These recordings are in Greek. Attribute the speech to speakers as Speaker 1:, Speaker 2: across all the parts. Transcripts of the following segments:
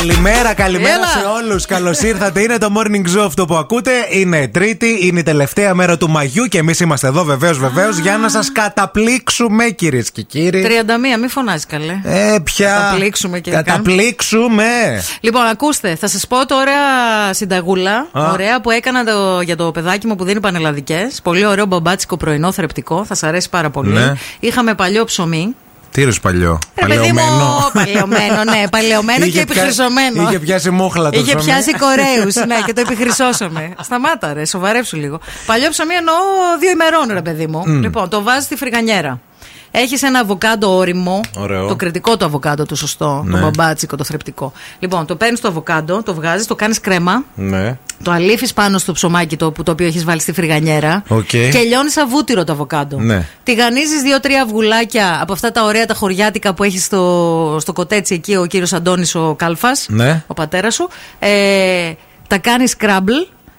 Speaker 1: Καλημέρα, καλημέρα
Speaker 2: Έλα.
Speaker 1: σε όλους. Καλώς ήρθατε. Είναι το morning zoo αυτό που ακούτε. Είναι Τρίτη, είναι η τελευταία μέρα του Μαγιού και εμείς είμαστε εδώ βεβαίως, βεβαίως για να σας καταπλήξουμε κυρίες και κύριοι.
Speaker 2: 31, μην φωνάζει καλέ.
Speaker 1: Ε, πια.
Speaker 2: Καταπλήξουμε και
Speaker 1: Καταπλήξουμε.
Speaker 2: Λοιπόν, ακούστε, θα σας πω τώρα συνταγούλα.
Speaker 1: Α.
Speaker 2: Ωραία που έκανα το, για το παιδάκι μου που δίνει πανελλαδικές. Πολύ ωραίο μπαμπάτσικο πρωινό θρεπτικό. Θα σα αρέσει πάρα πολύ.
Speaker 1: Ναι.
Speaker 2: Είχαμε παλιό ψωμί.
Speaker 1: Τι ρες παλιό.
Speaker 2: Ρε Ε, παιδί μου, παλαιωμένο, ναι, παλαιωμένο και
Speaker 1: Είχε πια-
Speaker 2: επιχρυσωμένο.
Speaker 1: Είχε πιάσει μούχλα το
Speaker 2: Είχε
Speaker 1: ψωμί.
Speaker 2: πιάσει κορέους, ναι, και το επιχρυσώσαμε. Σταμάτα, ρε, σοβαρέψου λίγο. Παλιό ψωμί εννοώ δύο ημερών, ρε παιδί μου. Λοιπόν, το βάζεις στη φρυγανιέρα. Έχεις ένα αβοκάντο όριμο.
Speaker 1: Ωραίο.
Speaker 2: Το κριτικό το αβοκάντο, το σωστό.
Speaker 1: Ναι.
Speaker 2: Το μπαμπάτσικο, το θρεπτικό. Λοιπόν, το παίρνεις το αβοκάντο, το βγάζεις, το κάνεις κρέμα.
Speaker 1: Ναι.
Speaker 2: Το αλήφεις πάνω στο ψωμάκι το, που, το οποίο έχεις βάλει στη φρυγανιέρα.
Speaker 1: Οκ.
Speaker 2: Και λιώνεις αβούτυρο το αβοκάντο.
Speaker 1: Ναι.
Speaker 2: Τηγανίζει δύο-τρία αυγουλάκια από αυτά τα ωραία τα χωριάτικα που έχεις στο, στο κοτέτσι εκεί ο κύριος Αντώνης ο Κάλφας.
Speaker 1: Ναι.
Speaker 2: Ο πατέρας σου. Ε, τα κάνεις κράμπλ.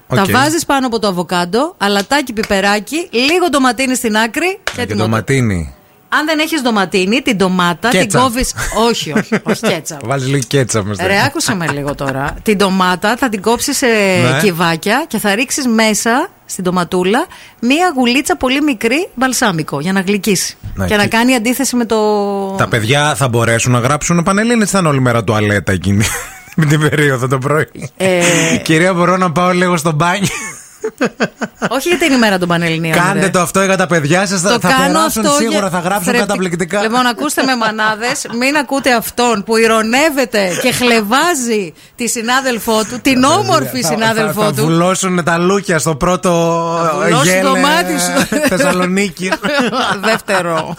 Speaker 1: Οκ.
Speaker 2: Τα βάζεις πάνω από το αβοκάντο, αλατάκι, πιπεράκι, λίγο ντοματίνι στην άκρη και
Speaker 1: Και
Speaker 2: έτοιμο.
Speaker 1: το ματίνι.
Speaker 2: Αν δεν έχεις ντοματίνι, την ντομάτα την
Speaker 1: Κέτσαπ.
Speaker 2: κόβεις. όχι, όχι, όχι κέτσαπ.
Speaker 1: Βάζει λίγο κέτσα μες.
Speaker 2: Ρε, άκουσε με λίγο τώρα. την ντομάτα θα την κόψεις σε
Speaker 1: Ναι.
Speaker 2: κυβάκια και θα ρίξεις μέσα στην ντοματούλα μία γουλίτσα πολύ μικρή μπαλσάμικο για να γλυκίσει.
Speaker 1: Ναι,
Speaker 2: και να
Speaker 1: και-
Speaker 2: κάνει αντίθεση με το.
Speaker 1: Τα παιδιά θα μπορέσουν να γράψουν πανελλήνες θα είναι όλη μέρα τουαλέτα εκείνη με την περίοδο το πρωί.
Speaker 2: Ε.
Speaker 1: Κυρία, μπορώ να πάω λίγο στο μπάνιο.
Speaker 2: Όχι για την ημέρα των Πανελληνίων.
Speaker 1: Κάντε
Speaker 2: ρε.
Speaker 1: το αυτό για τα παιδιά σας. Θα,
Speaker 2: Ε, το
Speaker 1: θα
Speaker 2: κάνω
Speaker 1: περάσουν
Speaker 2: αυτό
Speaker 1: σίγουρα,
Speaker 2: για-
Speaker 1: θα γράψουν
Speaker 2: θρεπτικ-
Speaker 1: καταπληκτικά.
Speaker 2: Λοιπόν, ακούστε με μανάδες, μην ακούτε αυτόν που ηρωνεύεται και χλεβάζει τη συνάδελφό του, την όμορφη
Speaker 1: Θα-
Speaker 2: συνάδελφό
Speaker 1: θα, θα
Speaker 2: του.
Speaker 1: βουλώσουν τα λούκια στο πρώτο
Speaker 2: Θα βουλώσει
Speaker 1: γέλε
Speaker 2: το μάτι σου.
Speaker 1: Θεσσαλονίκη.
Speaker 2: Δεύτερο.